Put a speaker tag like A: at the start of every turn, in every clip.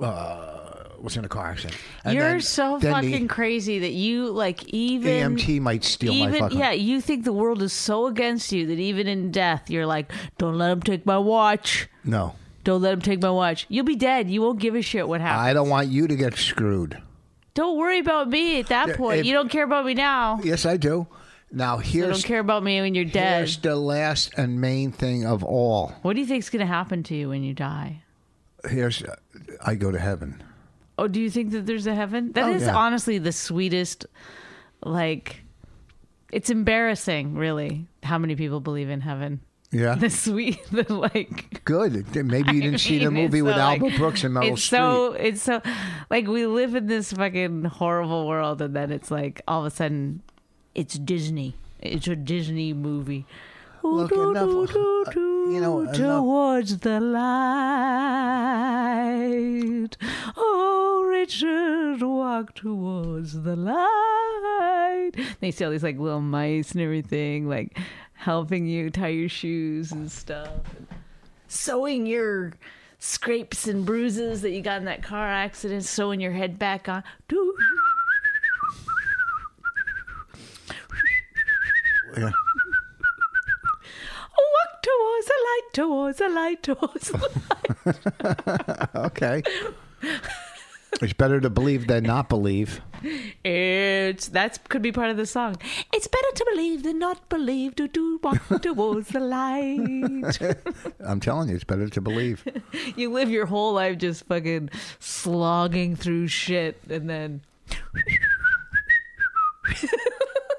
A: uh, was in a car accident. and
B: You're
A: then-
B: so
A: then
B: fucking crazy that you like
A: The
B: even
A: AMT might steal my
B: even
A: fucking.
B: yeah. You think the world is so against you that even in death you're like, don't let him take my watch.
A: No,
B: Don't let him take my watch. You'll be dead. You won't give a shit what happens.
A: I don't want you to get screwed.
B: don't worry about me at that point.
A: if-
B: you don't care about me now.
A: Yes, I do. Now
B: You
A: here's
B: don't care about me when you're dead.
A: Here's the last and main thing of all.
B: What do you think's gonna happen to you when you die?
A: Here's I go to heaven.
B: Oh, do you think that there's a heaven? That is
A: Oh, yeah.
B: honestly the sweetest. Like, it's embarrassing, really, how many people believe in heaven.
A: Yeah,
B: The sweet, the like.
A: good. Then Maybe you didn't see the
B: I mean, it's
A: movie with
B: so, like-
A: Albert Brooks and Meryl
B: It's so it's so like we live in this fucking horrible world, and then it's like all of a sudden, it's Disney. It's a Disney movie.
A: Look, enough. uh, you know, enough.
B: towards the light. Oh, Richard, walk towards the light. They see all these like little mice and everything, like helping you tie your shoes and stuff, sewing your scrapes and bruises that you got in that car accident, sewing your head back on. Doo-
A: Yeah.
B: Walk towards the light, towards the light, towards the light.
A: Okay. it's better to believe than not believe.
B: It's that's could be part of the song. It's better to believe than not believe. To do walk towards the light.
A: I'm telling you, it's better to believe.
B: you live your whole life just fucking slogging through shit, and then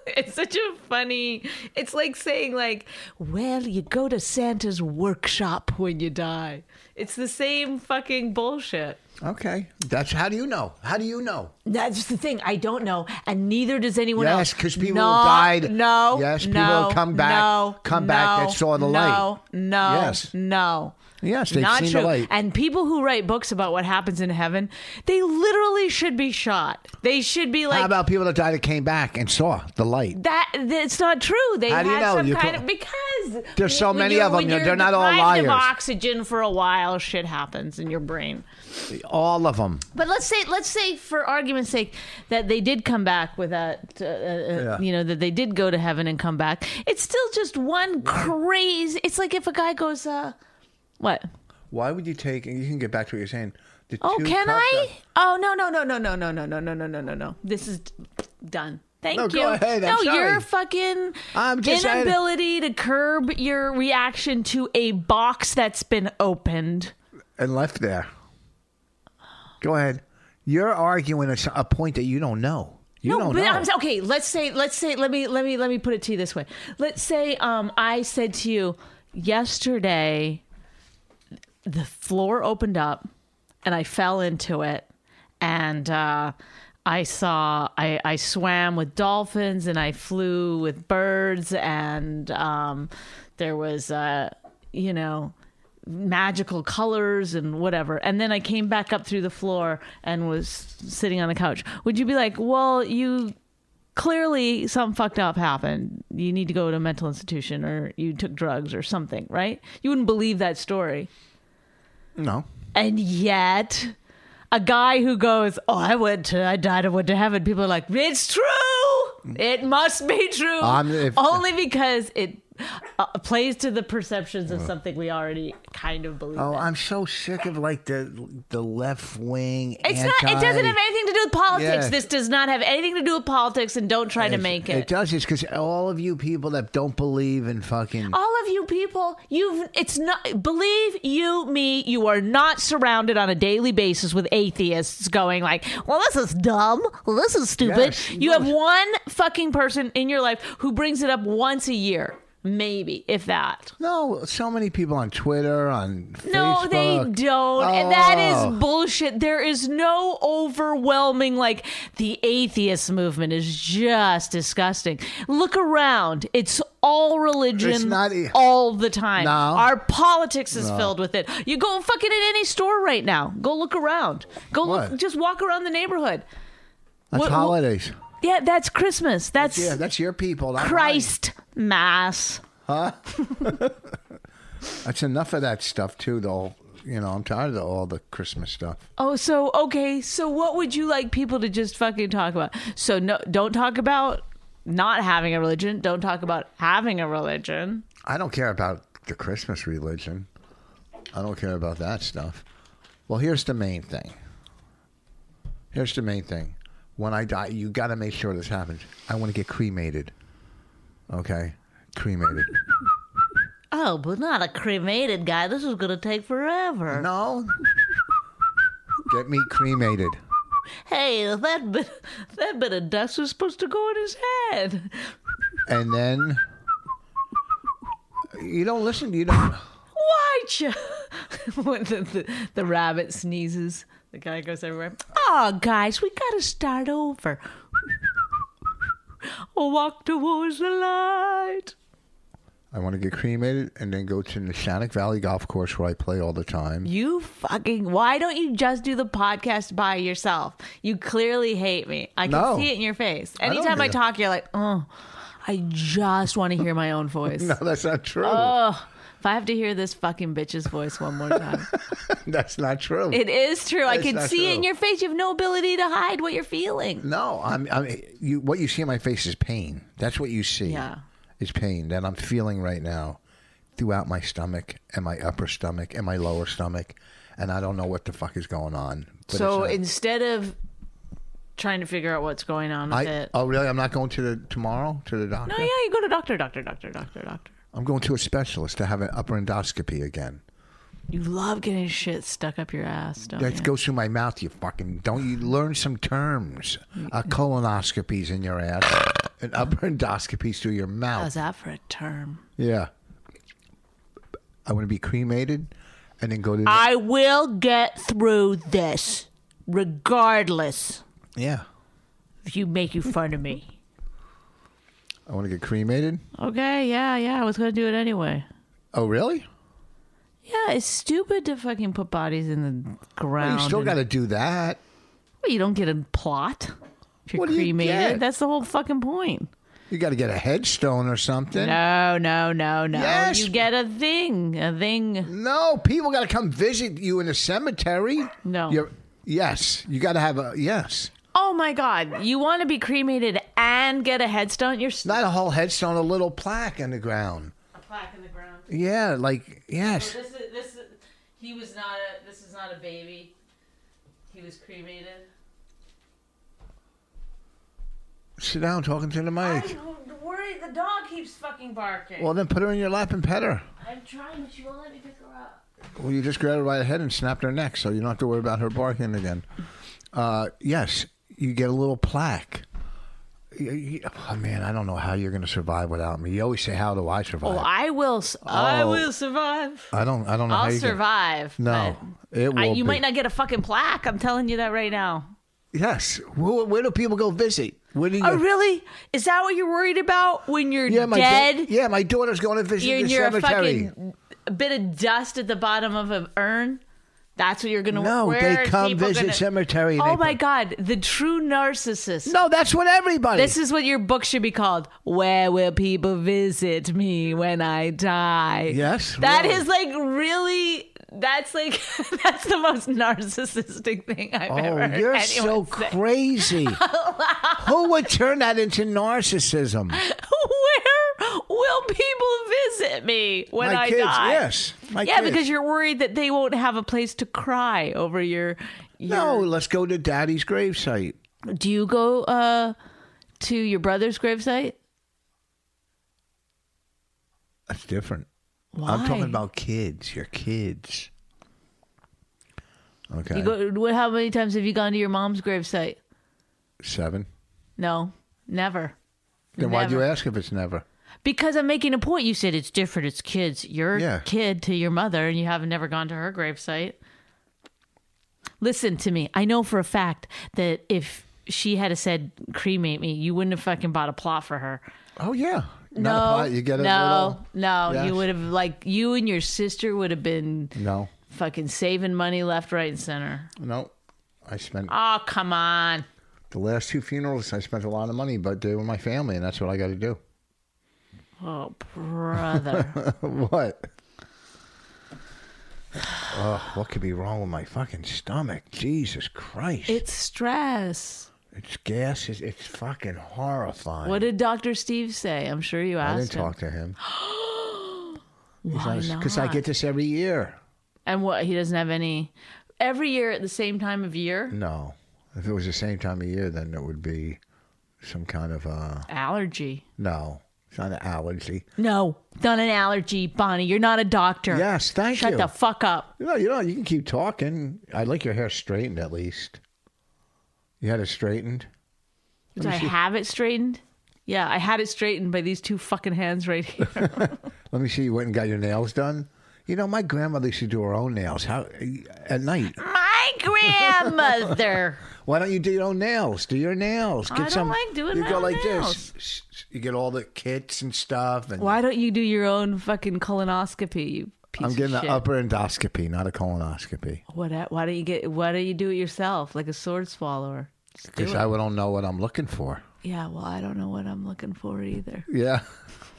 B: it's such a funny. It's like saying like, well, you go to Santa's workshop when you die. It's the same fucking bullshit.
A: Okay. That's how do you know? How do you know?
B: That's the thing. I don't know, and neither does anyone else.
A: Yes, because people
B: No,
A: have died.
B: No,
A: Yes, people
B: no,
A: have come back.
B: No,
A: come back
B: no,
A: that saw the
B: no,
A: light.
B: No,
A: Yes.
B: no.
A: Yes, they've
B: Not
A: seen
B: true.
A: the light.
B: And people who write books about what happens in heaven, they literally should be shot. They should be like
A: how about people that died that came back and saw the light?
B: that. That's not true. They
A: How
B: had
A: do you know?
B: some
A: You
B: kind
A: co-
B: of because
A: There's so
B: when
A: many
B: you're-
A: of 'em.
B: when
A: They're-
B: you're
A: they're not all
B: deprived Of
A: liars.
B: oxygen for a while, shit happens in your brain.
A: All of them.
B: But let's say, let's say, for argument's sake, that they did come back with that, uh, uh,
A: Yeah.
B: you know, that they did go to heaven and come back. It's still just one crazy. It's like if a guy goes, uh, what?
A: Why would you take? And you can get back to what you're saying. The
B: Oh,
A: two
B: can
A: cups
B: I?
A: of-
B: Oh, no, no, no, no, no, no, no, no, no, no, no, no, no. This is d- done. Thank
A: No,
B: you.
A: go ahead. I'm
B: no,
A: sorry.
B: your fucking
A: I'm just saying-
B: inability to curb your reaction to a box that's been opened.
A: and left there. Go ahead. You're arguing a, s- a point that you don't know. You
B: no,
A: don't
B: but
A: know.
B: I'm, okay. Let's say, let's say, let me, let me, let me put it to you this way. Let's say, um, I said to you yesterday, the floor opened up, and I fell into it, and uh, I saw, I, I swam with dolphins, and I flew with birds, and um, there was, uh, you know. Magical colors and whatever, and then I came back up through the floor and was sitting on the couch. Would you be like, "Well, you clearly something fucked up happened. You need to go to a mental institution or you took drugs or something, right? You wouldn't believe that story.
A: no.
B: And yet, a guy who goes, "Oh, I went to, I died, I went to heaven." People are like, "It's true. It must be true."
A: I'm- if-
B: Only because it uh, plays to the perceptions of something we already kind of believe.
A: Oh,
B: in.
A: I'm so sick of like the the left wing.
B: It's not. It doesn't have anything to do with politics.
A: Yeah.
B: This does not have anything to do with politics, and don't try to make it.
A: It does. It's because all of you people that don't believe in fucking.
B: all of you people you've it's not believe you me you are not surrounded on a daily basis with atheists going like well this is dumb well this is stupid
A: Yes,
B: you
A: no.
B: have one fucking person in your life who brings it up once a year maybe if that
A: No, so many people on Twitter, on
B: no,
A: Facebook.
B: they don't. And that
A: Oh.
B: is bullshit. There is no overwhelming, like, the atheist movement is just disgusting. Look around. It's all religion
A: It's not- e-
B: all the time.
A: No.
B: Our politics is filled with it. You go fucking in any store right now. Go look around. Go
A: What?
B: look, just walk around the neighborhood.
A: That's
B: What- what-
A: holidays.
B: Yeah, that's Christmas. That's
A: yeah, that's your people. not mine.
B: Christ Mass.
A: That's enough of that stuff too. Though you know, I'm tired of all the Christmas stuff.
B: Oh, so okay. So what would you like people to just fucking talk about? So no, don't talk about not having a religion. Don't talk about having a religion.
A: I don't care about the Christmas religion. I don't care about that stuff. Well, here's the main thing. Here's the main thing. When I die, you got to make sure this happens. I want to get cremated. Okay, cremated.
B: Oh, but not a cremated guy. This is gonna take forever.
A: No. Get me cremated.
B: Hey, that bit, that bit of dust was supposed to go in his head.
A: And then you don't listen, you don't
B: Why, Ch- when the, the the rabbit sneezes, the guy goes everywhere. Oh, guys, we gotta start over. Oh, Walk towards the light.
A: I want to get cremated and then go to Neshanic Valley Golf Course where I play all the time.
B: You fucking. Why don't you just do the podcast by yourself? You clearly hate me. I can
A: No.
B: see it in your face.
A: don't
B: Anytime I,
A: hate-
B: talk, you're like, oh, I just want to hear my own voice.
A: No, that's not true.
B: Oh. If I have to hear this fucking bitch's voice one more time,
A: that's not true.
B: it is true. I
A: It's
B: can
A: not
B: see it
A: true.
B: in your face. You have no ability to hide what you're feeling.
A: no, I'm, I'm. You, what you see in my face is pain. That's what you see.
B: Yeah.
A: It's pain that I'm feeling right now, throughout my stomach and my upper stomach and my lower stomach, and I don't know what the fuck is going on. But
B: so
A: it's not-
B: instead of trying to figure out what's going on with
A: I,
B: it,
A: oh really? I'm not going to the tomorrow to the doctor.
B: no, yeah, you go to doctor, doctor, doctor, doctor, doctor.
A: I'm going to a specialist to have an upper endoscopy again.
B: You love getting shit stuck up your ass, don't
A: That
B: you?
A: goes through my mouth. You fucking don't you learn some terms? A colonoscopy's in your ass. An upper endoscopy's through your mouth.
B: How's that for a term?
A: Yeah. I want to be cremated, and then go to
B: I will get through this, regardless
A: yeah.
B: if you make you fun of me.
A: I want to get cremated.
B: Okay, yeah, yeah. I was gonna do it anyway.
A: Oh really?
B: Yeah, it's stupid to fucking put bodies in the ground.
A: You still
B: and-
A: got to do that.
B: Well, you don't get a plot if you're
A: What do you
B: cremated.
A: get?
B: That's the whole fucking point.
A: You got to get a headstone or something.
B: No, no, no, no.
A: Yes.
B: You get a thing, a thing.
A: No, people got to come visit you in a cemetery.
B: No.
A: You're, yes, you got to have a yes.
B: Oh my god, you want to be cremated and get a headstone? You're stuck
A: Not a whole headstone, a little plaque in the ground.
B: plaque in the ground.
A: Yeah, like yes.
B: This is this. Is, he was not a. This is not a baby. He was cremated.
A: Sit down, talking to the mic.
B: I'm worried. The dog keeps fucking barking.
A: Well, then put her in your lap and pet her.
B: I'm trying, but she won't let me pick her up.
A: Well, you just grab her by the head and snapped her neck, so you don't have to worry about her barking again. Uh, yes, you get a little plaque. You- you- oh, man, I don't know how you're going to survive without me. You always say, "How do I survive?"
B: Oh, I will. s I I
A: Oh.
B: will survive.
A: I don't. I don't know how
B: I'll
A: you can-
B: survive.
A: No, it
B: but
A: will.
B: I,
A: be.
B: you might not get a fucking plaque. I'm telling you that right now.
A: Yes. Where, where do people go visit? Where do you?
B: Oh, really? Is that what you're worried about when you're
A: yeah, my da-
B: dead?
A: yeah, my daughter's going to visit
B: you're,
A: the
B: you're a
A: cemetery.
B: fucking a bit of dust at the bottom of an urn. That's what you're gonna.
A: No,
B: where
A: they
B: are
A: come
B: people
A: visit
B: gonna-
A: cemetery and
B: Oh
A: they
B: my
A: put-
B: god, the true narcissist.
A: no, that's what everybody.
B: This is what your book should be called. Where will people visit me when I die?
A: Yes,
B: that
A: really.
B: is like really. That's like that's the most narcissistic thing I've
A: Oh,
B: ever. heard
A: you're
B: anyone
A: so
B: say. Oh,
A: crazy. Who would turn that into narcissism?
B: Where will people visit me when
A: my
B: I
A: kids,
B: die?
A: yes. My
B: yeah,
A: kids.
B: because you're worried that they won't have a place to cry over your. your
A: No, let's go to daddy's gravesite.
B: Do you go uh, to your brother's gravesite?
A: That's different.
B: Why?
A: I'm talking about kids, your kids. Okay.
B: You go, what, how many times have you gone to your mom's gravesite?
A: Seven.
B: No, never.
A: Then why'd you
B: Never.
A: ask if it's never?
B: Because I'm making a point. You said it's different. It's kids. You're
A: Yeah.
B: a kid to your mother, and you have never gone to her gravesite. Listen to me. I know for a fact that if she had a said cremate me, you wouldn't have fucking bought a plot for her.
A: Oh yeah.
B: No,
A: Not a pot. You get a
B: no, no.
A: Yes.
B: You would have like you and your sister would have been
A: little. No.
B: fucking saving money left, right, and center.
A: No. I spent
B: Oh come on.
A: the last two funerals. I spent a lot of money, but they were my family, and that's what I got to do.
B: Oh, brother.
A: what? Oh, what could be wrong with my fucking stomach? Jesus Christ!
B: it's stress.
A: it's gas. It's, it's fucking horrifying.
B: What did Dr. Steve say? I'm sure you
A: I
B: asked
A: didn't
B: him.
A: talk to him
B: Why not?
A: because I get this every year.
B: And what he doesn't have any every year at the same time of year?
A: No, if it was the same time of year, then it would be some kind of uh
B: Allergy.
A: no. It's not an allergy.
B: No, not an allergy, Bonnie. You're not a doctor.
A: Yes, thank
B: Shut
A: you.
B: the fuck up.
A: No, you know you can keep talking. I like your hair straightened at least. You had it straightened.
B: Did I have it straightened? Yeah, I had it straightened by these two fucking hands right here.
A: Let me see. You went and got your nails done. You know, my grandmother used to do her own nails. How at night?
B: My grandmother.
A: Why don't you do your own nails? Do your nails.
B: I don't like doing
A: You
B: my
A: go
B: own
A: like
B: nails.
A: this. You get all the kits and stuff. And
B: Why don't you do your own fucking colonoscopy? You piece
A: I'm getting
B: of shit.
A: an upper endoscopy, not a colonoscopy,
B: What? Why don't you get? Why don't you do it yourself, like a sword swallower? Just do
A: because
B: it.
A: I don't know what I'm looking for.
B: yeah. Well, I don't know what I'm looking for either.
A: Yeah,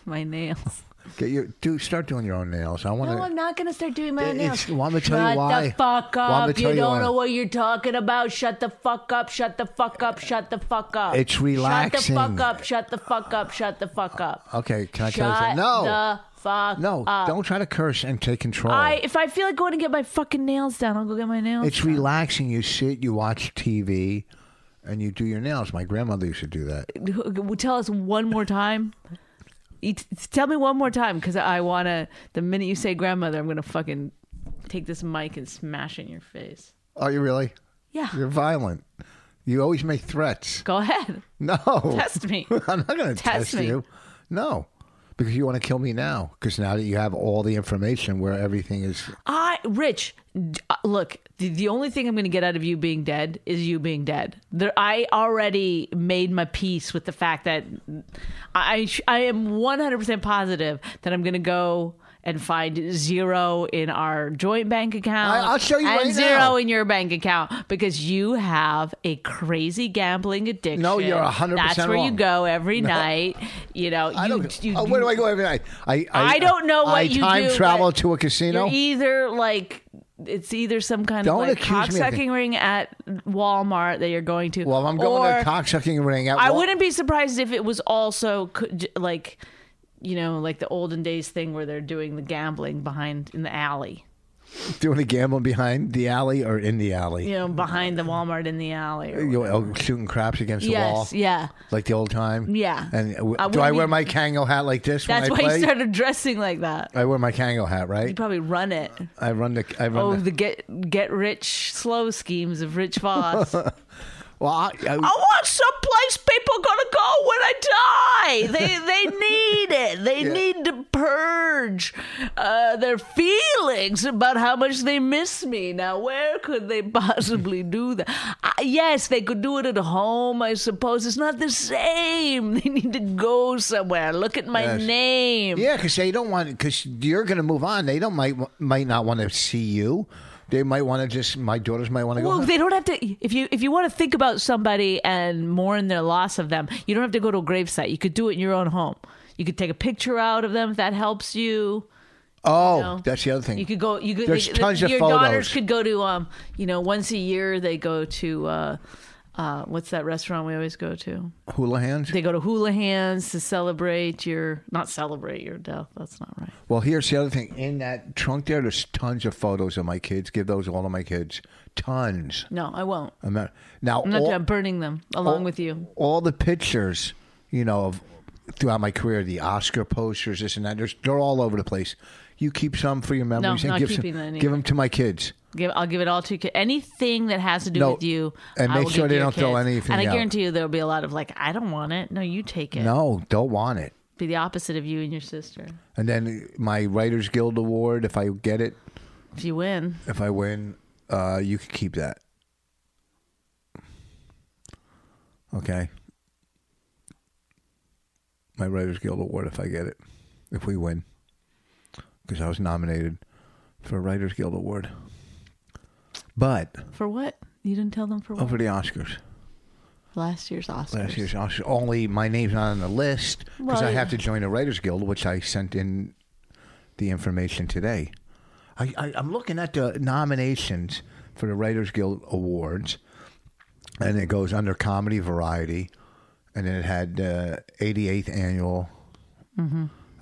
B: My nails.
A: get your do start doing your own nails. I want
B: No,
A: to.
B: I'm not gonna start doing my own
A: It's-
B: nails.
A: want me to tell you
B: Shut
A: why?
B: the
A: Want
B: fuck
A: me
B: up.
A: to
B: You
A: tell
B: don't
A: you why?
B: know what you're talking about. Shut the fuck up. Shut the fuck up. Shut the fuck up.
A: It's relaxing.
B: Shut the fuck up. Shut the fuck up. Shut the fuck up.
A: okay, can I
B: Shut
A: tell you something? No,
B: the fuck
A: no,
B: up.
A: don't try to curse and take control.
B: I if I feel like going to get my fucking nails done, I'll go get my nails.
A: it's relaxing. You sit, you watch TV, and you do your nails. My grandmother used to do that.
B: Who- Tell us one more time. You t- Tell me one more time, because I want to. The minute you say grandmother, I'm gonna fucking take this mic and smash it in your face.
A: Are you really?
B: Yeah.
A: You're violent. You always make threats.
B: Go ahead,
A: No.
B: test me.
A: I'm not going to test,
B: Test me.
A: you. No. Because you want to kill me now. Because now that you have all the information where everything is.
B: I, Rich, d- uh, look, the, the only thing I'm going to get out of you being dead is you being dead. There, I already made my peace with the fact that I, I am 100% positive that I'm going to go and find zero in our joint bank account.
A: I- I'll show you
B: and
A: right
B: zero
A: now.
B: in your bank account because you have a crazy gambling addiction.
A: you're 100%
B: That's where you
A: wrong.
B: go every night. You know,
A: I
B: you,
A: don't.
B: you-
A: oh, where do I go every night? I, I,
B: I don't know what
A: I
B: you
A: time
B: do,
A: travel
B: but
A: to a casino.
B: You're either like it's either some kind
A: Don't
B: of like
A: accuse me of
B: cocksucking
A: it.
B: ring at Walmart that you're going to.
A: well, if I'm going
B: or
A: to a cocksucking ring. At
B: I
A: Wal-
B: wouldn't be surprised if it was also co- j- like you know like the olden days thing where they're doing the gambling behind in the alley.
A: Doing a gambling behind the alley or in the alley.
B: You know, behind the Walmart in the alley. Or,
A: You know, oh, shooting craps against the wall.
B: yes, yeah.
A: Like the old time.
B: Yeah.
A: And w-
B: I
A: do I
B: wouldn't
A: wear
B: be-
A: my Kango hat like this
B: That's
A: when I
B: why
A: play?
B: you started dressing like that.
A: I wear my Kango hat,
B: You
A: right?
B: probably run it.
A: I run the. I run
B: Oh,
A: the,
B: the get get rich slow schemes of Rich Voss.
A: well, I, I,
B: I want someplace people gonna go when I die. They they need it. They
A: Yeah.
B: need to purge uh, their feelings about how much they miss me. Now, where could they possibly
A: Hmm.
B: do that? Uh, yes, they could do it at home, I suppose. It's not the same. They need to go somewhere. Look at my
A: Yes.
B: name.
A: Yeah, because they don't want because you're going to move on. They don't might might not want to see you. They might want to just my daughters might want to go.
B: Well,
A: "Huh."
B: they don't have to. If you if you want to think about somebody and mourn their loss of them, you don't have to go to a gravesite. You could do it in your own home. You could take a picture out of them if that helps you.
A: oh,
B: know,
A: that's the other thing.
B: You could go. You could.
A: There's
B: they-
A: tons of
B: your daughters
A: photos.
B: could go to. Um, you know, once a year they go to. Uh, uh, what's that restaurant we always go to?
A: hula hands.
B: They go to Hula Hands to celebrate your not celebrate your death. That's not right.
A: well, here's the other thing. In that trunk there, there's tons of photos of my kids. Give those all to my kids. Tons.
B: No, I won't.
A: I'm not, now
B: I'm not.
A: all,
B: I'm burning them along
A: all-
B: with you.
A: all the pictures, you know, of throughout my career, the Oscar posters, this and that. There's, they're all over the place. You keep some for your memories and
B: not
A: give some,
B: keeping any.
A: give them to my kids.
B: Give, I'll give it all to you. ki- Anything that has to do
A: No,
B: with you,
A: and
B: I
A: make
B: will
A: sure
B: give
A: they
B: your
A: don't throw
B: kids.
A: anything
B: And I
A: out.
B: guarantee you, there'll be a lot of like, I don't want it. No, you take it.
A: No, don't want it.
B: Be the opposite of you and your sister.
A: And then my Writers Guild Award, if I get it,
B: If you win,
A: if I win, uh, you can keep that. Okay. My Writers Guild Award, if I get it, if we win, because I was nominated for a Writers Guild Award. But
B: for what? You didn't tell them for what?
A: over the Oscars,
B: Last year's Oscars.
A: Oh, last year's Oscars, only my name's not on the list because
B: Well,
A: I
B: yeah.
A: have to join the Writers Guild, which I sent in the information today. I, I, I'm looking at the nominations for the Writers Guild Awards, and it goes under comedy variety, and then it had uh, 88th annual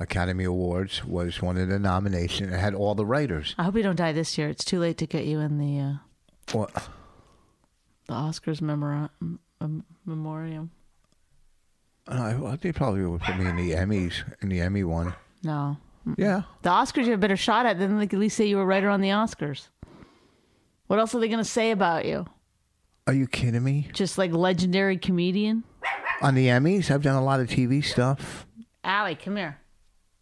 A: Academy Awards was one of the nominations. It had all the writers.
B: I hope you don't die this year. It's too late to get you in the uh,
A: Well,
B: the Oscars memora- m- m- memoriam.
A: I, I think probably would put me in the Emmys in the Emmy one.
B: No,
A: Yeah.
B: the Oscars you have a better shot at than they could at least say you were writer on the Oscars. What else are they going to say about you?
A: Are you kidding me?
B: Just like legendary comedian.
A: on the Emmys. I've done a lot of TV stuff.
B: Allie, come here.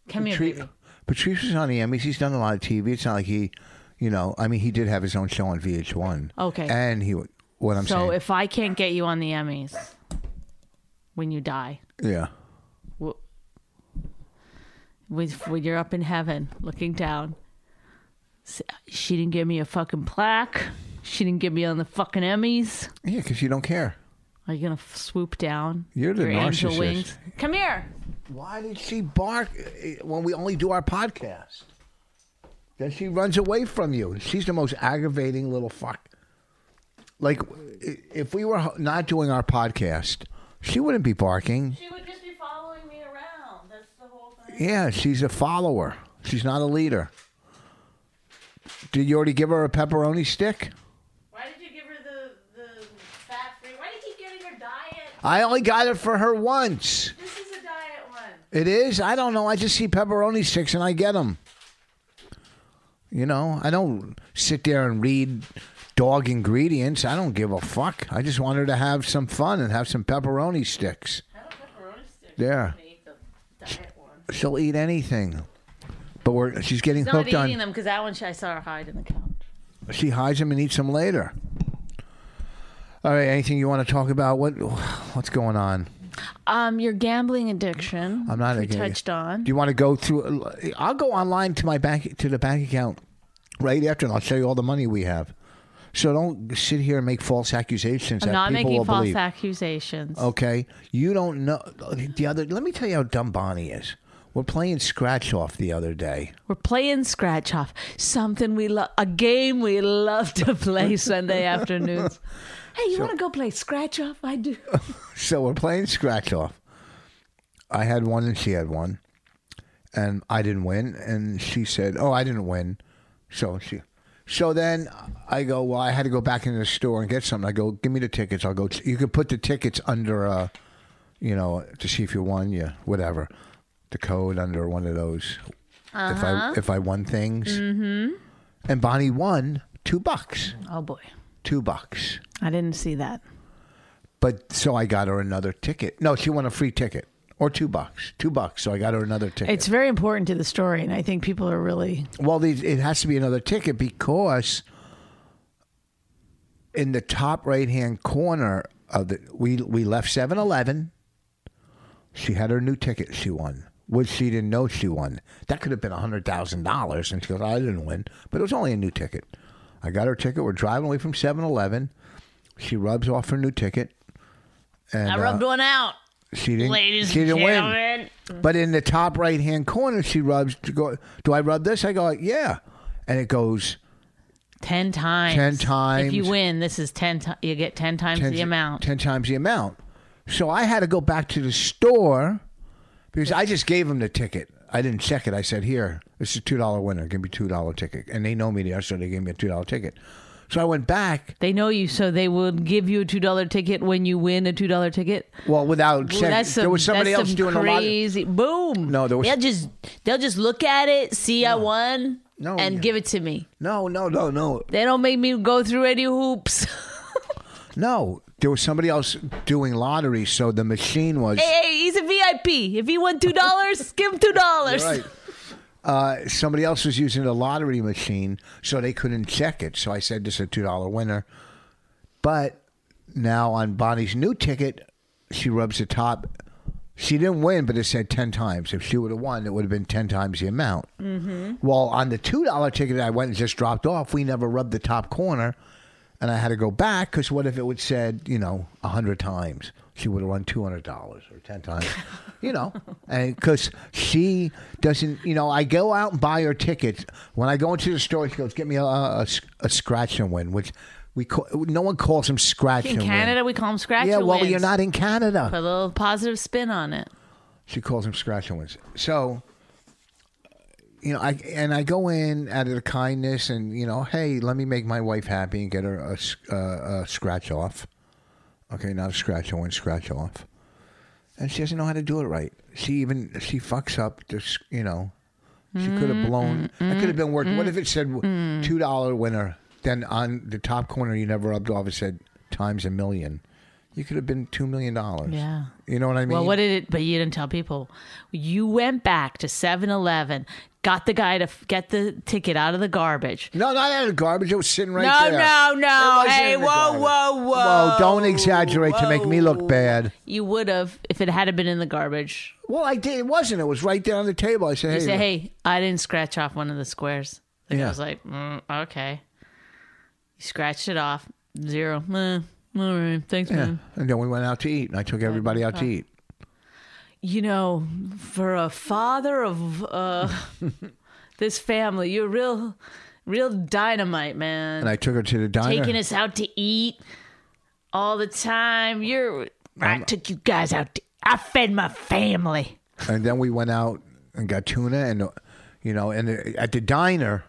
B: Come here,
A: Patri-
B: baby.
A: Patrice was on the Emmys. He's done a lot of TV. It's not like he, you know, I mean, he did have his own show on VH1.
B: Okay.
A: And he, w- what I'm
B: so
A: saying,
B: if I can't get you on the Emmys when you die,
A: yeah,
B: wh- when when you're up in heaven looking down. S- She didn't give me a fucking plaque. She didn't give me on the fucking Emmys.
A: Yeah, because you don't care.
B: Are you gonna f- swoop down?
A: You're the
B: with your angel
A: narcissist.
B: wings? Come here.
A: Why did she bark eh, when we only do our podcast? Then she runs away from you. She's the most aggravating little fuck. Like, i- if we were h- not doing our podcast, she wouldn't be barking.
B: She would just be following me around. That's the whole thing.
A: Yeah, she's a follower. She's not a leader. Did you already give her a pepperoni stick?
B: Why did you give her the the fat free? Why do you keep giving her diet?
A: I only got it for her once.
B: This is a diet one.
A: It is. I don't know. I just see pepperoni sticks and I get them. You know, I don't sit there and read dog ingredients. I don't give a fuck. I just want her to have some fun and have some pepperoni sticks.
B: I don't pepperoni sticks.
A: Yeah.
B: I eat the diet one.
A: She'll eat anything. But we're she's getting
B: Not
A: hooked
B: eating
A: on.
B: them because that one she- I saw her hide in the couch.
A: She hides them and eats them later. All right. Anything you want to talk about? What what's going on?
B: Um, your gambling addiction.
A: I'm not
B: which we
A: against it.
B: touched on.
A: Do you want to go through? I'll go online to my bank to the bank account right after, and I'll show you all the money we have. So don't sit here and make false accusations
B: I'm
A: that
B: not
A: people
B: making
A: will
B: false
A: believe.
B: accusations.
A: okay, you don't know the other. Let me tell you how dumb Bonnie is. We're playing scratch off the other day.
B: We're playing scratch off, something we love, a game we love to play Sunday afternoons. Hey, you want to go play scratch off? I do.
A: So we're playing scratch off. I had one and she had one, and I didn't win. And she said, "Oh, I didn't win." So she, so then I go, "Well, I had to go back into the store and get something." I go, "Give me the tickets." I'll go. You can put the tickets under a, you know, to see if you won. Yeah, whatever. The code under one of those. If I if I won things, mm-hmm. and Bonnie won two bucks,
B: Oh boy,
A: two bucks.
B: I didn't see that.
A: But so I got her another ticket. No, she won a free ticket or two bucks. Two bucks. So I got her another ticket.
B: It's very important to the story, and I think people are really
A: well, these, it has to be another ticket because in the top right hand corner of the we we left 7-Eleven. She had her new ticket. She won. Which she didn't know she won. That could have been hundred thousand dollars, and she goes, "I didn't win," but it was only a new ticket. I got her ticket. We're driving away from 7-Eleven. She rubs off her new ticket. And,
B: I
A: uh,
B: rubbed one out,
A: She didn't.
B: ladies
A: she
B: and
A: didn't win.
B: gentlemen.
A: But in the top right hand corner, she rubs. to Go, do I rub this? I go, yeah, and it goes
B: Ten times.
A: 10
B: If you
A: times.
B: win, this is ten. Ti- you get ten times the amount.
A: ten times the amount. So I had to go back to the store because I just gave them the ticket. I didn't check it. I said, here, this is two dollar winner. Give me two dollar ticket, and they know me there, so they gave me a two dollar ticket. So I went back.
B: They know you, so they will give you a two dollar ticket when you win a two dollar ticket.
A: Well, without
B: Well,
A: checking,
B: that's some,
A: there was somebody
B: that's
A: else
B: some
A: doing a lot. Of,
B: crazy. Boom.
A: No, there was-
B: They'll just they'll just look at it, see I won,
A: No,
B: and
A: yeah.
B: give it to me.
A: no, no, no, no.
B: They don't make me go through any hoops.
A: No, there was somebody else doing lottery, so the machine was
B: hey, hey, he's a VIP. If he won two dollars, give him two dollars.
A: right. Uh, somebody else was using the lottery machine, so they couldn't check it. So I said, "This is a two dollar winner." But now on Bonnie's new ticket, she rubs the top. She didn't win, but it said ten times. If she would have won, it would have been ten times the amount. Mm-hmm. Well, on the two dollar ticket I went and just dropped off, we never rubbed the top corner, and I had to go back because what if it would said you know a hundred times? She would have won two hundred dollars or ten times, you know, and because she doesn't, you know, I go out and buy her tickets. When I go into the store, she goes, "Get me a, a, s- a scratch and win," which. We call, no one calls them scratch
B: In
A: and win.
B: Canada, we call him scratch.
A: Yeah,
B: and
A: well,
B: wins.
A: you're not in Canada.
B: Put a little positive spin on it.
A: She calls him scratch and wins. So, you know, I and I go in out of the kindness, and you know, hey, let me make my wife happy and get her a, s- uh, a scratch off. Okay, not a scratch and win, scratch off. And she doesn't know how to do it right. She even she fucks up. Just you know, she could have blown. That could have been worth. What if it said two dollar winner? Then on the top corner, you never rubbed off. It said times a million. You could have been two million dollars.
B: Yeah.
A: You know what I mean?
B: Well, what did it? But you didn't tell people. You went back to 7 Eleven, got the guy to f- get the ticket out of the garbage.
A: No, not out of the garbage. It was sitting right
B: No,
A: there.
B: no, no.
A: It wasn't
B: Hey,
A: in the
B: whoa,
A: garbage.
B: whoa, whoa.
A: Whoa, don't exaggerate to make me look
B: Whoa.
A: bad.
B: You would have if it had been in the garbage.
A: Well, I did. It wasn't. It was right there on the table. I said, hey.
B: You say, hey, I didn't scratch off one of the squares. The guy
A: Yeah.
B: was like, mm, okay. You scratched it off. Zero. Mm, all right. Thanks,
A: Yeah.
B: man.
A: And then we went out to eat, and I took everybody out to eat.
B: You know, for a father of uh, this family, you're real, real dynamite, man.
A: And I took her to the diner.
B: Taking us out to eat all the time. You're. I took you guys out. To, I fed my family.
A: and then we went out and got tuna and you know and uh, at the diner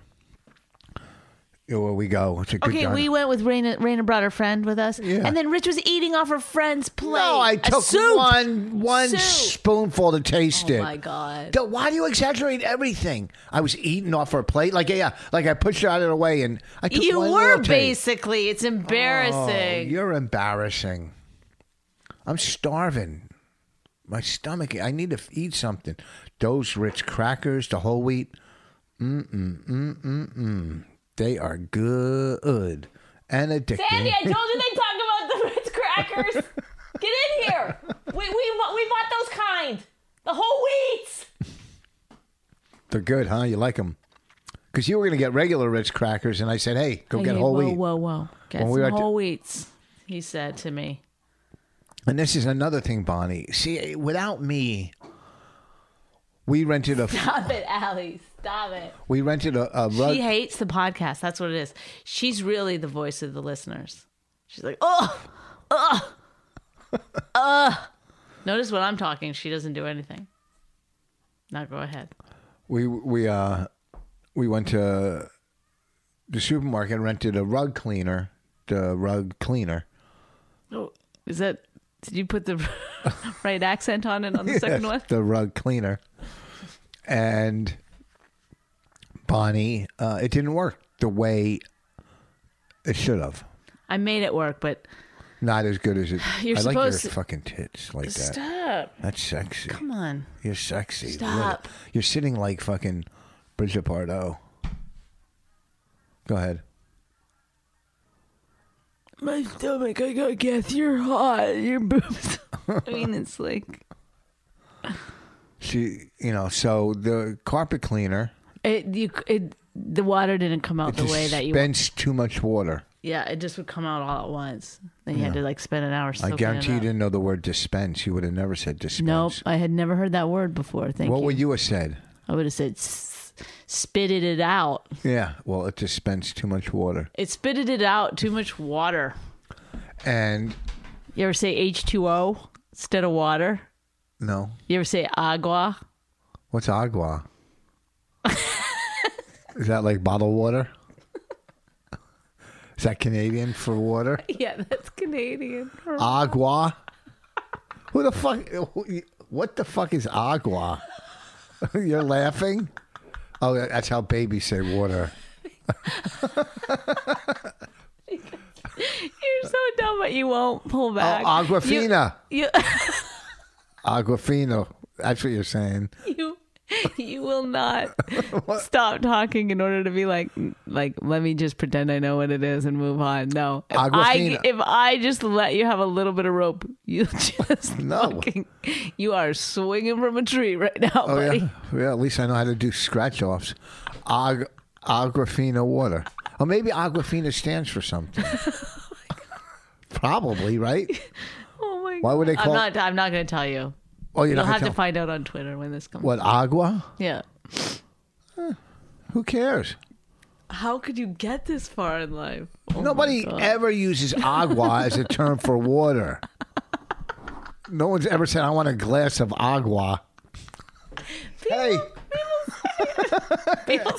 A: you know, where we go it's a good
B: Okay,
A: diner.
B: we went with Raina. Raina brought her friend with us,
A: Yeah.
B: and then Rich was eating off her friend's plate.
A: no i
B: A
A: took
B: soup.
A: one one
B: Soup.
A: spoonful to taste
B: Oh
A: it
B: my god!
A: Duh, why do you exaggerate everything i was eating off her plate like yeah like i pushed it out of the way and i took
B: You
A: one
B: were
A: little taste.
B: basically. It's
A: Oh,
B: embarrassing.
A: you're embarrassing i'm starving my stomach i need to f- eat something those rich crackers the whole wheat They are good and
C: Andy,
A: addicting.
C: I told you they talk about the Ritz crackers. Get in here. We, we, bought- we bought those kind. The whole wheats.
A: They're good, huh? You like them? Because you were going to get regular Ritz crackers, and I said, "Hey, go get
B: Hey,
A: whole
B: whoa,
A: wheat."
B: Whoa, whoa, Get
A: When we
B: some
A: were at the-
B: whole wheats. He said to me.
A: And this is another thing, Bonnie. See, without me, we rented a
B: Stop it, Allie. Stop it.
A: we rented a, a rug.
B: She hates the podcast. That's what it is. She's really the voice of the listeners. She's like, oh, oh, uh. Notice when I'm talking, she doesn't do anything. Now go ahead.
A: we we uh we went to the supermarket and rented a rug cleaner. The rug cleaner.
B: Oh, is that? Did you put the right accent on it on the second
A: Yes,
B: one?
A: The rug cleaner. And Bonnie, uh, it didn't work the way it should have.
B: I made it work, but
A: Not as good as it.
B: You're
A: I like your
B: supposed to-
A: fucking tits like that.
B: stop.
A: That's sexy.
B: Come on.
A: You're sexy.
B: Stop.
A: Look, You're sitting like fucking Bridget Bardot. Go ahead.
B: My stomach, I gotta guess you're hot. Your boobs. I mean, it's like
A: She, you know, so the carpet cleaner
B: it. You it. The water didn't come out Oh, the way that you.
A: dispensed too much water.
B: Yeah, it just would come out all at once. Then you had to like spend an hour.
A: I
B: soaking it
A: guarantee you
B: up.
A: didn't know the word dispense. You would have never said dispense.
B: Nope, I had never heard that word before. Thank
A: What
B: you.
A: would you have said?
B: I would have said, s- spitted it out.
A: Yeah, well, it dispensed too much water.
B: It spitted it out. Too much water.
A: And
B: You ever say H two O instead of water?
A: no,
B: You ever say agua?
A: what's agua? Is that like bottled water? Is that Canadian for water?
B: Yeah, that's Canadian.
A: Agua. Who the fuck? What the fuck is agua? You're laughing. Oh, that's how babies say water.
B: You're so dumb, but you won't pull back.
A: Oh, Aguafina.
B: You,
A: Aguafino. That's what you're saying.
B: you, you, you will not stop talking in order to be like, like, let me just pretend I know what it is and move on. No, if I,
A: Aguafina.
B: if I just let you have a little bit of rope, you just
A: No.
B: fucking- you are swinging from a tree right now,
A: Oh
B: buddy.
A: yeah, yeah. At least I know how to do scratch offs. Ag- Agrafina water, or maybe Agrafina stands for something. Probably right.
B: Oh my
A: Why would they
B: I'm
A: call-
B: not. I'm not going to tell you.
A: Oh, you
B: You'll
A: know
B: have to find out on Twitter when this comes.
A: what agua?
B: Yeah.
A: Who cares?
B: How could you get this far in life? Oh my
A: Nobody
B: God.
A: ever uses agua as a term for water. No one's ever said, "I want a glass of agua." hey,
B: People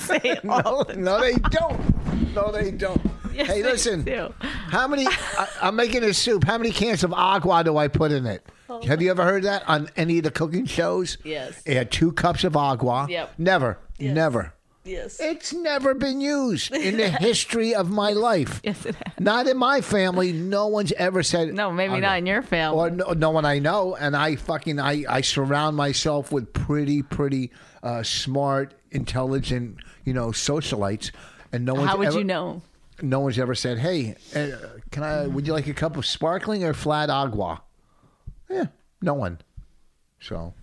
B: say it all
A: no, no, they don't. No, they don't.
B: Yes,
A: hey,
B: they
A: listen.
B: do.
A: How many? I, I'm making a soup. How many cans of agua do I put in it? Have you ever heard that on any of the cooking shows?
B: Oh. Yes.
A: Add two cups of agua.
B: Yep.
A: Never. Never.
B: Yes.
A: It's never been used in the history of my life.
B: Yes, it has.
A: Not in my family. No one's ever said.
B: No, maybe
A: agua.
B: not in your family.
A: Or no, no one I know, and I fucking I, I surround myself with pretty, pretty uh, smart, intelligent, you know, socialites, and no one.
B: How would you know?
A: No one's ever said, "Hey, uh, can I? Would you like a cup of sparkling or flat agua?" Yeah, no one. So,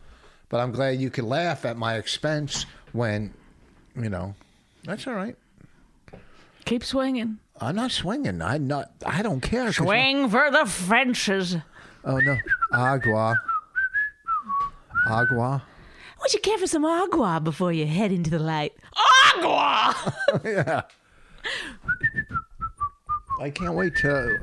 A: but I'm glad you could laugh at my expense when, you know, that's all right.
B: Keep swinging.
A: I'm not swinging. I am not. I don't care. 'cause my-
B: Swing for the fences.
A: Oh no, agua, agua.
B: Would you care for some agua before you head into the light? Agua!
A: I can't wait to.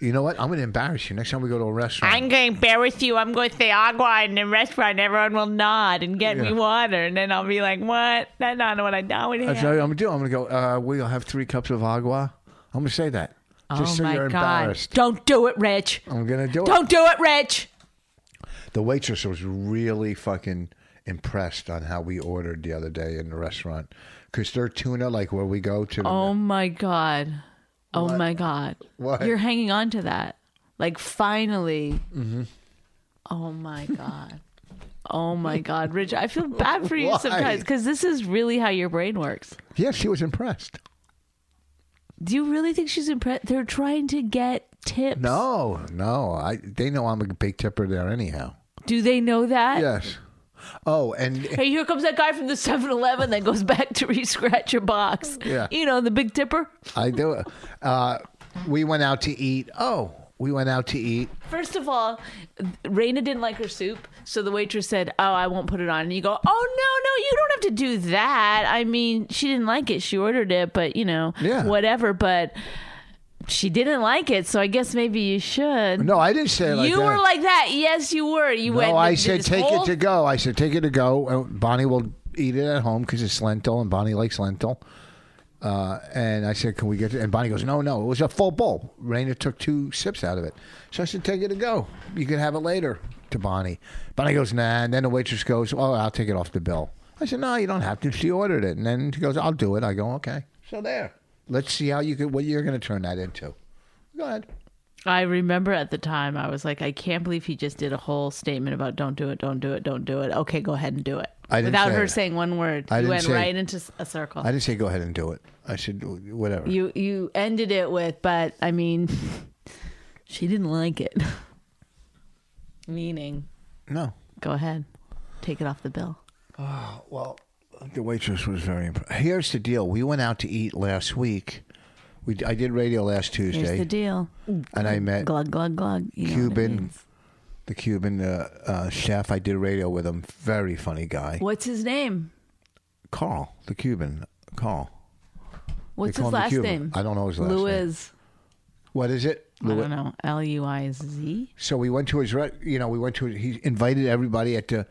A: You know what? I'm going to embarrass you next time we go to a restaurant.
B: I'm going to embarrass you. I'm going to say agua in the restaurant. Everyone will nod and get me
A: Yeah.
B: water. And then I'll be like, what? That's not what I know it
A: That's
B: is.
A: what Uh, I'm going to do. I'm going to go, uh, we'll have three cups of agua. I'm going to say that.
B: Oh
A: Just so you're embarrassed. Oh.
B: Don't do it, Rich.
A: I'm going to do it.
B: Don't do it, Rich.
A: The waitress was really fucking impressed on how we ordered the other day in the restaurant. Because their tuna, like where we go to. the-
B: Oh my God. Oh my God.
A: What?
B: You're hanging on to that. Like, finally.
A: Mm-hmm.
B: Oh my God. Oh my God, Rich! I feel bad for you
A: Why?
B: sometimes because this is really how your brain works.
A: Yeah, she was impressed.
B: Do you really think she's impressed? They're trying to get tips.
A: No, no. I They know I'm a big tipper there anyhow.
B: Do they know that?
A: Yes. Oh, and
B: Hey, here comes that guy from the 7 Eleven that goes back to re scratch your box.
A: Yeah.
B: You know, the big tipper.
A: I do it. Uh, we went out to eat. Oh, we went out to eat.
B: First of all, Raina didn't like her soup, so the waitress said, Oh, I won't put it on. And you go, Oh, no, no, you don't have to do that. I mean, she didn't like it. She ordered it, but, you know,
A: Yeah.
B: whatever. But she didn't like it, so I guess maybe you should.
A: No, I didn't say it like
B: you
A: that.
B: were like that. Yes, you were. You went.
A: No, I
B: did
A: said
B: this
A: take
B: whole
A: it to go. I said take it to go. Uh, Bonnie will eat it at home because it's lentil, and Bonnie likes lentil. Uh, and I said, "Can we get it?" And Bonnie goes, "No, no, it was a full bowl." Raina took two sips out of it, so I said, "Take it to go. You can have it later." To Bonnie, Bonnie goes, "Nah." And then the waitress goes, "Oh, I'll take it off the bill." I said, "No, you don't have to." She ordered it, and then she goes, "I'll do it." I go, "Okay." So there. Let's see how you could what you're going to turn that into. Go ahead.
B: I remember at the time I was like, I can't believe he just did a whole statement about don't do it, don't do it, don't do it. Okay, go ahead and do it.
A: I didn't
B: Without
A: say
B: her
A: it.
B: saying one word.
A: I
B: you
A: didn't
B: went
A: say it.
B: right into s- a circle.
A: I didn't say go ahead and do it. I said whatever.
B: you you ended it with, but I mean she didn't like it. Meaning,
A: no.
B: go ahead. Take it off the bill.
A: Well, the waitress was very impressed. Here's the deal: we went out to eat last week. We I did radio last
B: Here's
A: Tuesday,
B: the deal.
A: and I met
B: Glug glug glug. You know what it
A: Cuban,
B: means.
A: the Cuban uh, uh, chef. I did radio with him. Very funny guy,
B: What's his name?
A: Carl, the Cuban, Carl. They
B: What's
A: call him the
B: his last
A: Cuban.
B: name?
A: I don't know his last name.
B: Luiz.
A: What is it?
B: I don't know. L U I Z.
A: So we went to his, re- you know, we went to. He invited everybody at the,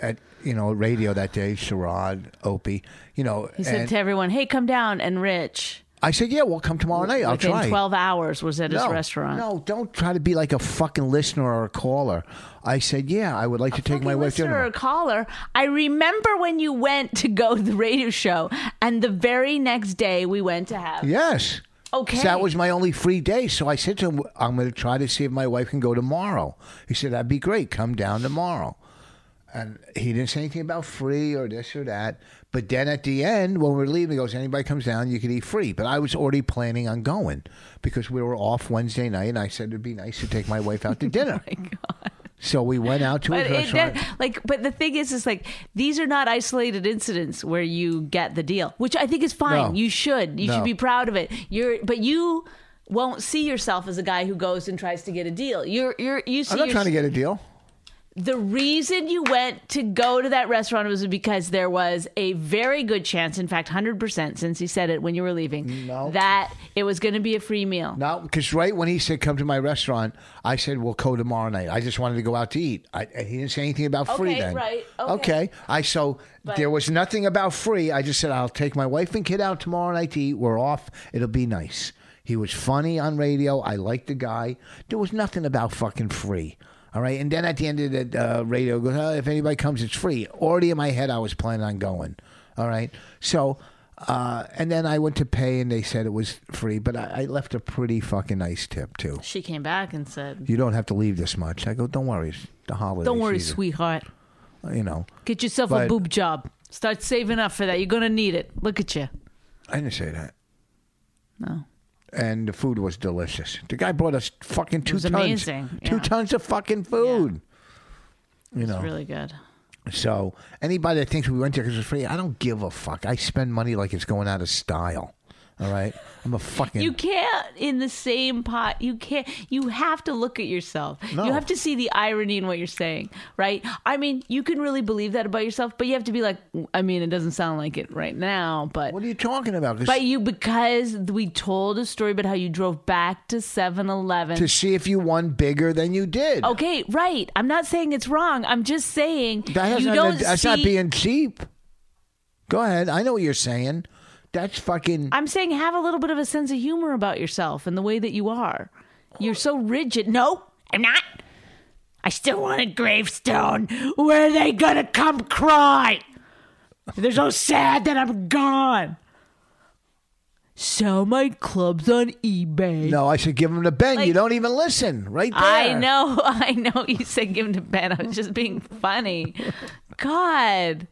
A: at you know, radio that day. Sherrod, Opie, you know.
B: He said
A: and
B: to everyone, "Hey, come down and Rich."
A: I said, yeah, we'll come tomorrow night. I'll
B: within
A: try.
B: 12 hours was at his restaurant.
A: No, don't try to be like a fucking listener or a caller. I said, yeah, I would like to take my
B: Fucking
A: wife to
B: listener or
A: dinner.
B: caller. I remember when you went to go to the radio show, and the very next day we went to have.
A: Yes. 'Cause
B: Okay.
A: That was my only free day. So I said to him, I'm going to try to see if my wife can go tomorrow. He said, that'd be great. Come down tomorrow. And he didn't say anything about free or this or that. But then at the end, when we're leaving, he goes, anybody comes down, you could eat free. But I was already planning on going because we were off Wednesday night. And I said, it'd be nice to take my wife out to dinner. So we went out to a
B: Oh But it,
A: restaurant.
B: that- like, but the thing is, is like these are not isolated incidents where you get the deal, which I think is fine.
A: No.
B: You should, you should
A: No.
B: be proud of it. You're, but you won't see yourself as a guy who goes and tries to get a deal. You're, you're, you see.
A: I'm not
B: your-
A: trying to get a deal.
B: The reason you went to go to that restaurant was because there was a very good chance, in fact, 100% since he said it when you were leaving,
A: No.
B: that it was going to be a free meal.
A: No, because right when he said come to my restaurant, I said we'll go tomorrow night. I just wanted to go out to eat. I, and he didn't say anything about free
B: Okay,
A: then.
B: right. Okay.
A: Okay. I so there was nothing about free. I just said I'll take my wife and kid out tomorrow night to eat. We're off. It'll be nice. He was funny on radio. I liked the guy. There was nothing about fucking free. All right. And then at the end of the uh, radio, goes oh, if anybody comes, it's free. Already in my head, I was planning on going. All right. So. Uh, and then I went to pay, and they said it was free, but I, I left a pretty fucking nice tip too.
B: She came back and said,
A: You don't have to leave this much. I go, don't worry, it's the holiday.
B: Don't worry,
A: season,"
B: sweetheart.
A: You know,
B: Get yourself a
A: But-
B: boob job. Start saving up for that. You're gonna need it. Look at you.
A: I didn't say that.
B: No.
A: And the food was delicious. The guy brought us fucking two
B: was
A: tons,
B: amazing,
A: two
B: yeah.
A: tons of fucking food. You know,
B: It's really good.
A: so anybody that thinks we went there because it's free, I don't give a fuck. I spend money like it's going out of style. All right, I'm a fucking.
B: You can't in the same pot. You can't. You have to look at yourself.
A: No.
B: You have to see the irony in what you're saying, right? I mean, you can really believe that about yourself, but you have to be like, I mean, it doesn't sound like it right now, but
A: what are you talking about? 'Cause-
B: but you because we told a story about how you drove back to 7-Eleven
A: to see if you won bigger than you did.
B: Okay, right. I'm not saying it's wrong. I'm just saying
A: That has
B: you
A: nothing to-
B: don't
A: that's not
B: see-
A: being cheap. Go ahead. I know what you're saying. That's fucking.
B: I'm saying have a little bit of a sense of humor about yourself and the way that you are. You're so rigid. No, I'm not. I still want a gravestone. Where are they gonna come cry? They're so sad that I'm gone. Sell my clubs on eBay.
A: no, I should give him to Ben. you
B: Like-
A: don't even listen. Right there.
B: I know, I know. You said give him to Ben. I was just being funny. God.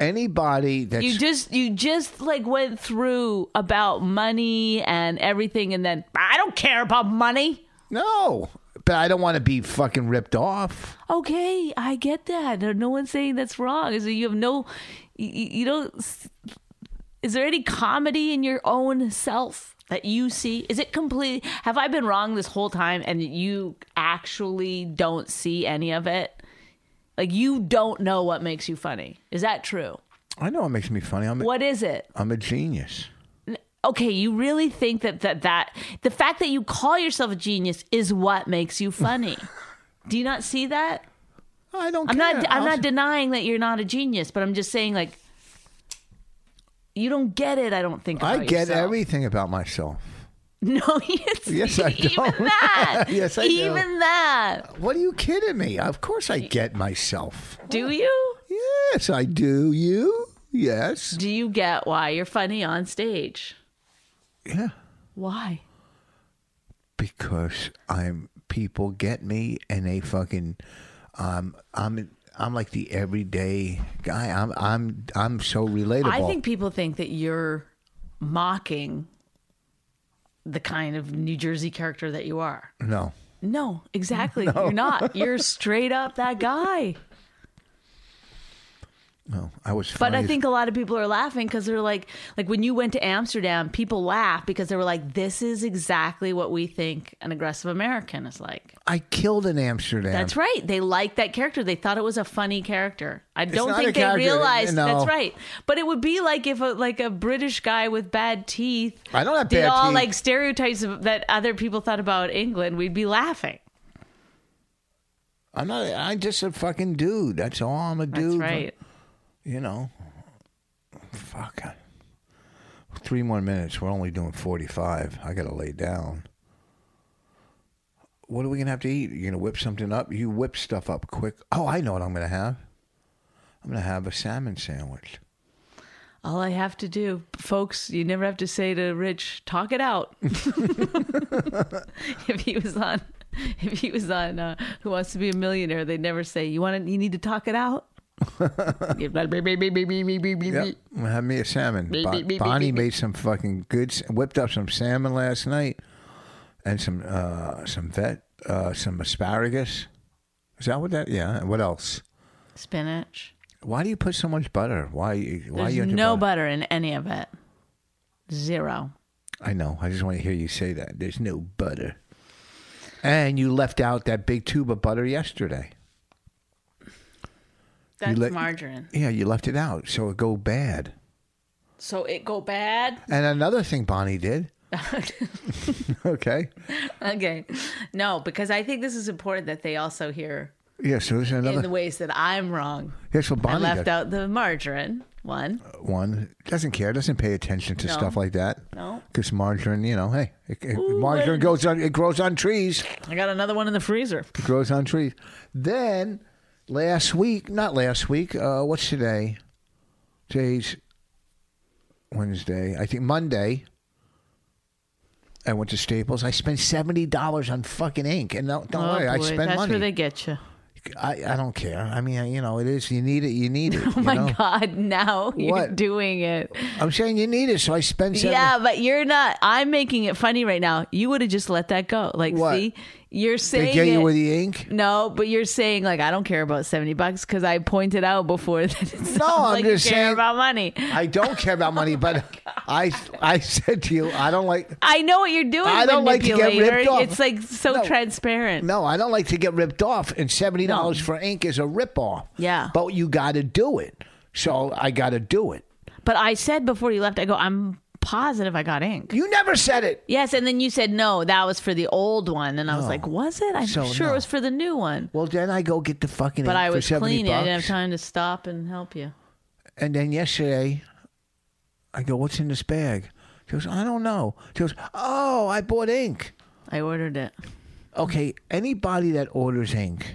A: Anybody that's
B: you just you just like went through about money and everything and then i don't care about money
A: no, but I don't want to be fucking ripped off.
B: okay i get that no one's saying that's wrong is you have no you, you don't s- is there any comedy in your own self that you see is it complete have i been wrong this whole time and you actually don't see any of it like you don't know what makes you funny is that true
A: I know it makes me funny. I'm
B: what is it
A: I'm a genius.
B: okay, you really think that that that the fact that you call yourself a genius is what makes you funny. Do you not see that?
A: I don't.
B: I'm
A: care.
B: not I'm
A: I'll-
B: not denying that you're not a genius, but I'm just saying like you don't get it, I don't think.
A: I
B: about
A: get
B: yourself.
A: everything about myself.
B: No, yes,
A: Yes, I
B: even
A: don't.
B: that.
A: Yes, I do.
B: Even that.
A: What are you kidding me? Of course I get myself.
B: Do you?
A: Yes, I do. You? Yes.
B: Do you get why you're funny on stage?
A: Yeah.
B: Why?
A: because I'm people get me and they fucking um I'm I'm like the everyday guy. I'm I'm I'm so relatable.
B: I think people think that you're mocking the kind of New Jersey character that you are.
A: no.
B: No, exactly. You're not. You're straight up that guy.
A: No. I was funny
B: But I
A: as-
B: think a lot of people are laughing because they're like, like when you went to Amsterdam, people laugh because they were like, this is exactly what we think an aggressive American is like.
A: I killed in Amsterdam.
B: That's right. They liked that character. They thought it was a funny character. I don't
A: not a
B: think they
A: character,
B: realized
A: no.
B: that's right. But it would be like if a like a British guy with bad teeth
A: I don't have
B: did
A: bad
B: all
A: teeth.
B: like stereotypes of, that other people thought about England, we'd be laughing.
A: I'm not I'm just a fucking dude. That's all I'm a
B: That's
A: dude.
B: right.
A: You know. Fuck. Three more minutes. We're only doing forty five. I gotta lay down. What are we gonna have to eat? You gonna whip something up? You whip stuff up quick. Oh, I know what I'm gonna have. I'm gonna have a salmon sandwich.
B: All I have to do, folks, you never have to say to Rich, talk it out. if he was on, if he was on uh, Who Wants to Be a Millionaire, they'd never say you want to, you need to talk it out.
A: Yep. I'm gonna have me a salmon. Bo- Bonnie made some fucking good. s- Whipped up some salmon last night, and some uh, some vet uh, some asparagus. Is that what that? Yeah. What else?
B: Spinach.
A: Why do you put so much butter? Why? Why
B: There's
A: you into
B: no
A: butter?
B: butter in any of it. Zero.
A: I know. I just want to hear you say that. There's no butter. And you left out that big tube of butter yesterday.
B: That's
A: let-
B: margarine.
A: Yeah, you left it out, so it go bad.
B: So it go bad.
A: And another thing Bonnie did. okay.
B: Okay. No, because I think this is important that they also hear
A: Yeah. So there's
B: in
A: another.
B: the ways that I'm wrong.
A: here's what
B: I
A: Bonnie
B: left
A: did.
B: out the margarine one.
A: One doesn't care. Doesn't pay attention to stuff like that.
B: No.
A: Because margarine, you know, hey, it, it- margarine goes on. It grows on trees.
B: I got another one in the freezer.
A: It grows on trees. Then last week, not last week, uh, what's today? Today's Wednesday. I think Monday. I went to Staples. I spent seventy dollars on fucking ink, and no, don't worry, I spend
B: Oh, that's
A: money.
B: where they get you.
A: I, I don't care. I mean, you know, it is. You need it. You need it.
B: Oh my God, now you're
A: What?
B: doing it.
A: I'm saying you need it, so I spend. Seven,
B: Yeah, but you're not. I'm making it funny right now. You would have just let that go. Like,
A: What?
B: see, you're
A: They
B: saying
A: get you
B: it-
A: with the ink.
B: no, but you're saying like I don't care about seventy bucks because I pointed out before that it sounds
A: I'm
B: like you
A: just
B: care
A: saying-
B: about money.
A: I don't care about money, but
B: Oh
A: I I said to you, I don't like.
B: I know what you're doing.
A: I don't like to get
B: manipulator.
A: ripped off.
B: It's like so
A: No.
B: transparent.
A: No, I don't like to get ripped off, and seventy dollars for ink is a rip off.
B: Yeah.
A: but you got to do it. So I got to do it.
B: But I said before you left, I go, I'm positive I got ink.
A: You never said it.
B: Yes, and then you said no, that was for the old one, and I was like, was it? I'm
A: So,
B: sure it
A: no.
B: was for the new one.
A: Well, then I go get the fucking.
B: But
A: ink
B: I
A: for
B: was
A: 70
B: cleaning. I didn't have
A: bucks.
B: time to stop and help you.
A: And then yesterday, I go, "What's in this bag?" She goes, "I don't know." She goes, "Oh, I bought ink."
B: I ordered it.
A: Okay, anybody that orders ink,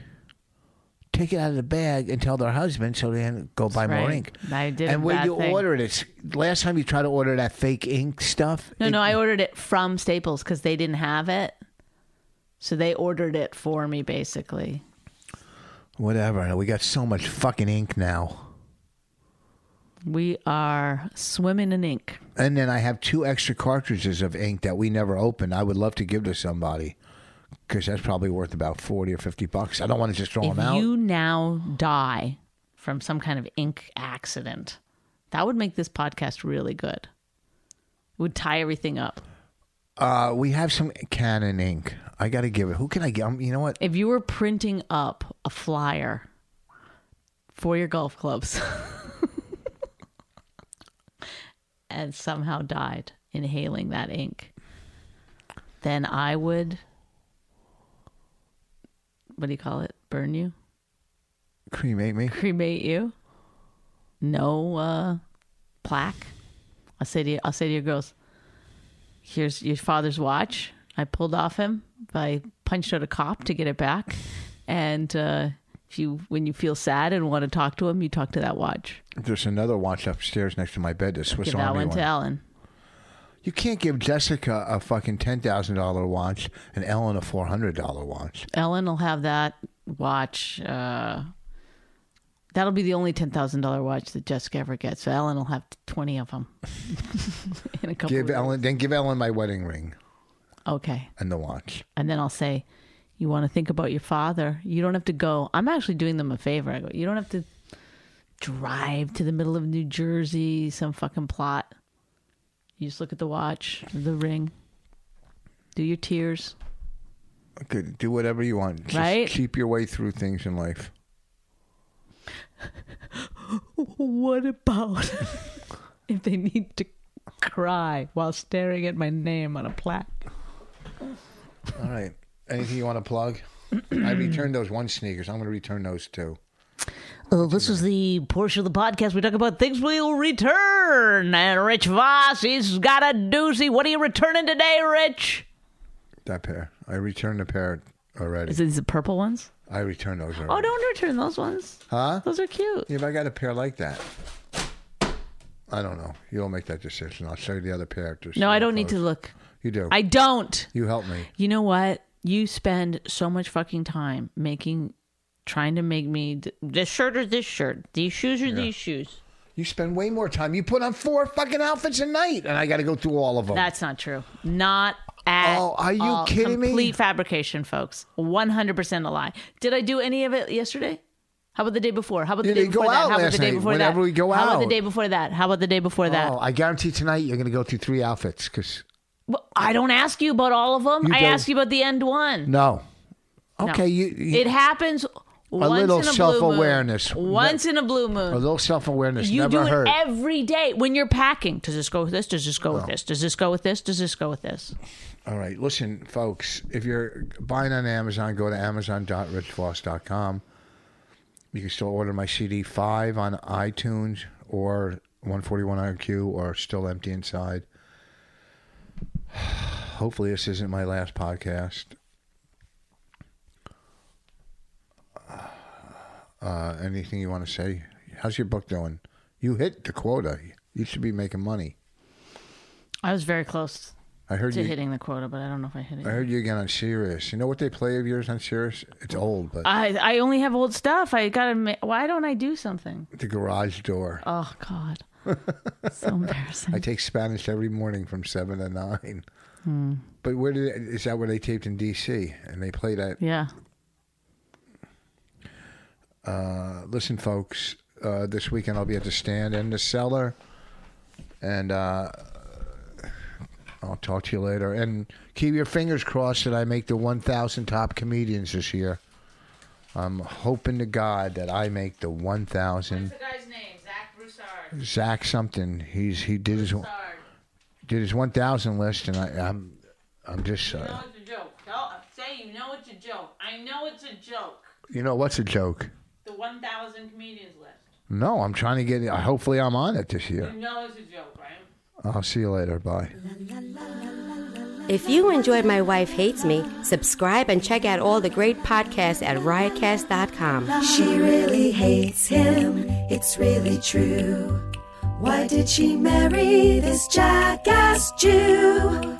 A: take it out of the bag and tell their husband so they can go buy more
B: Right.
A: ink.
B: I did a
A: And when
B: bad
A: you
B: thing.
A: order it, it's last time you tried to order that fake ink stuff.
B: No,
A: it-
B: no, I ordered it from Staples because they didn't have it. So they ordered it for me, basically.
A: whatever. We got so much fucking ink now.
B: We are swimming in ink.
A: And then I have two extra cartridges of ink that we never opened. I would love to give to somebody because that's probably worth about forty or fifty bucks. I don't want to just throw
B: if
A: them out.
B: you now die from some kind of ink accident, that would make this podcast really good. It would tie everything up.
A: Uh, we have some Canon ink. I got to give it. Who can I get? Um, you know what?
B: If you were printing up a flyer for your golf clubs and somehow died inhaling that ink, then I would, what do you call it? Burn you?
A: Cremate me.
B: cremate you. No uh, plaque. I'll say to you, I'll say to your girls, here's your father's watch. I pulled off him. I punched out a cop to get it back. And uh, if you, when you feel sad and want to talk to him, you talk to that watch.
A: There's another watch upstairs next to my bed. The Swiss
B: Give that
A: Army
B: one
A: one.
B: to Ellen.
A: You can't give Jessica a fucking ten thousand dollar watch and Ellen a four hundred dollar watch.
B: Ellen will have that watch. Uh, that'll be the only ten thousand dollar watch that Jessica ever gets. So Ellen will have twenty of them in a couple.
A: Give
B: of years.
A: Ellen, then give Ellen my wedding ring
B: Okay.
A: and the watch.
B: And then I'll say, You want to think about your father? You don't have to go. I'm actually doing them a favor. I go, You don't have to drive to the middle of New Jersey, some fucking plot. You just look at the watch, the ring, do your tears.
A: Good. Do whatever you want. Just
B: Right?
A: Keep your way through things in life.
B: What about if they need to cry while staring at my name on a plaque?
A: All right. Anything you want to plug? I returned those one sneakers. I'm going to return those too.
B: Uh, this is the portion of the podcast we talk about things we'll return. And Rich Voss, he's got a doozy. What are you returning today, Rich?
A: That pair. I returned the pair already.
B: Is it these the purple ones?
A: I returned those already.
B: Oh, don't return those ones.
A: Huh?
B: Those are cute.
A: If I got a pair like that, I don't know. You'll make that decision. I'll show you the other pair. after
B: No, I
A: seeing
B: don't need to
A: clothes.
B: look.
A: You do.
B: I don't.
A: you help me.
B: You know what? You spend so much fucking time making, trying to make me. D- this shirt or this shirt. These shoes or these shoes.
A: You spend way more time. You put on four fucking outfits a night, and I got to go through all of them.
B: That's not true. Not at
A: Oh, are you
B: all.
A: kidding me?
B: Complete fabrication, folks. One hundred percent a lie. Did I do any of it yesterday? How about the day before? How about the
A: You
B: day
A: didn't go
B: before that?
A: out
B: How about the
A: last
B: day
A: night,
B: before that?
A: whenever we go
B: How about the
A: out.
B: day before that? How about the day before that?
A: Oh, I guarantee tonight you're going to go through three outfits because
B: Well, I don't ask you about all of them.
A: You
B: I
A: don't.
B: ask you about the end one.
A: no. Okay, you, you
B: It happens once
A: little
B: in a
A: self-awareness.
B: Blue moon. Once in a blue
A: a
B: moon.
A: little self awareness
B: You
A: never
B: do it
A: hurt.
B: every day when you're packing. Does this go with this? Does this go with this? Does this go with this? Does this go with this?
A: All right, listen, folks. If you're buying on Amazon, go to amazon.richvoss.com. You can still order my CD five on iTunes or 141IQ or Still Empty Inside. Hopefully, this isn't my last podcast. Uh, anything you want to say? How's your book doing? You hit the quota. You should be making money.
B: I was very close.
A: I heard
B: to
A: you.
B: hitting the quota, but I don't know if I hit
A: I
B: it.
A: heard you again on Sirius. You know what they play of yours on Sirius? It's old, but
B: I I only have old stuff. I gotta. ma- Why don't I do something?
A: the garage door.
B: Oh God, so embarrassing.
A: I take Spanish every morning from seven to nine. But where did is that where they taped in D.C. and they played at?
B: yeah.
A: Uh, listen, folks, uh, this weekend I'll be at the stand in the cellar, and uh, I'll talk to you later. And keep your fingers crossed that I make the one thousand top comedians this year. I'm hoping to God that I make the one thousand.
B: guy's name? Zach Broussard.
A: Zach something. He's he did his did his one thousand list, and I, I'm I'm just. Uh,
B: it's a joke. Don't say you know it's a joke. I know it's a joke.
A: You know what's a joke?
B: The 1,000 comedians list.
A: No, I'm trying to get. Hopefully, I'm on it this year.
B: know it's a joke, right?
A: I'll see you later. Bye.
D: If you enjoyed My Wife Hates Me, subscribe and check out all the great podcasts at riotcast.com.
E: She really hates him, it's really true. Why did she marry this jackass Jew?